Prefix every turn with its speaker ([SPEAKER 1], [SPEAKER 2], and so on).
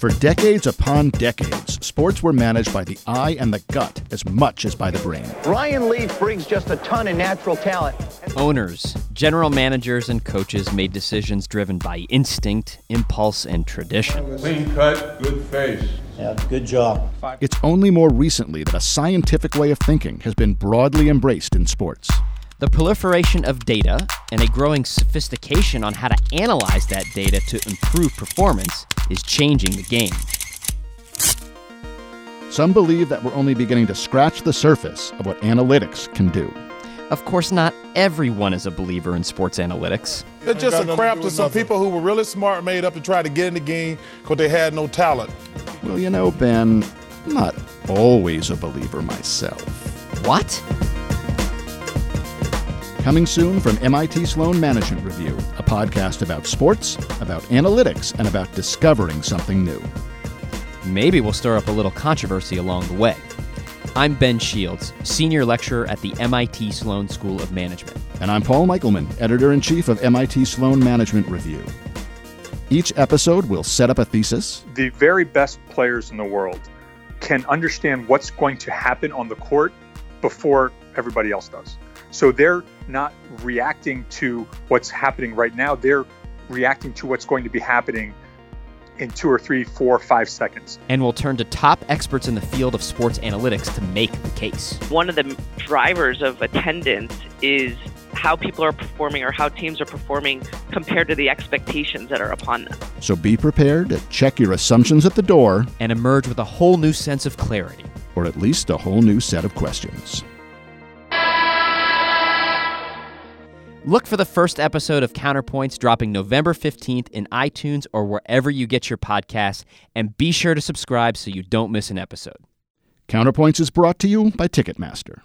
[SPEAKER 1] For decades upon decades, sports were managed by the eye and the gut as much as by the brain.
[SPEAKER 2] Ryan Leaf brings just a ton of natural talent.
[SPEAKER 3] Owners, general managers, and coaches made decisions driven by instinct, impulse, and tradition.
[SPEAKER 4] Clean cut, good face.
[SPEAKER 5] Yeah, good job.
[SPEAKER 1] It's only more recently that a scientific way of thinking has been broadly embraced in sports.
[SPEAKER 3] The proliferation of data and a growing sophistication on how to analyze that data to improve performance is changing the game.
[SPEAKER 1] Some believe that we're only beginning to scratch the surface of what analytics can do.
[SPEAKER 3] Of course, not everyone is a believer in sports analytics.
[SPEAKER 6] It's just a crap that some people who were really smart made up to try to get in the game because they had no talent.
[SPEAKER 1] Well, you know, Ben, I'm not always a believer myself.
[SPEAKER 3] What?
[SPEAKER 1] Coming soon from MIT Sloan Management Review, a podcast about sports, about analytics, and about discovering something new.
[SPEAKER 3] Maybe we'll stir up a little controversy along the way. I'm Ben Shields, senior lecturer at the MIT Sloan School of Management.
[SPEAKER 1] And I'm Paul Michaelman, editor in chief of MIT Sloan Management Review. Each episode will set up a thesis,
[SPEAKER 7] the very best players in the world can understand what's going to happen on the court before everybody else does. So they're not reacting to what's happening right now. They're reacting to what's going to be happening in two or three, four, five seconds.
[SPEAKER 3] And we'll turn to top experts in the field of sports analytics to make the case.
[SPEAKER 8] one of the drivers of attendance is how people are performing or how teams are performing compared to the expectations that are upon them.
[SPEAKER 1] so be prepared to check your assumptions at the door,
[SPEAKER 3] and emerge with a whole new sense of clarity.
[SPEAKER 1] or at least a whole new set of questions.
[SPEAKER 3] Look for the first episode of Counterpoints dropping November 15th in iTunes or wherever you get your podcasts, and be sure to subscribe so you don't miss an episode.
[SPEAKER 1] Counterpoints is brought to you by Ticketmaster.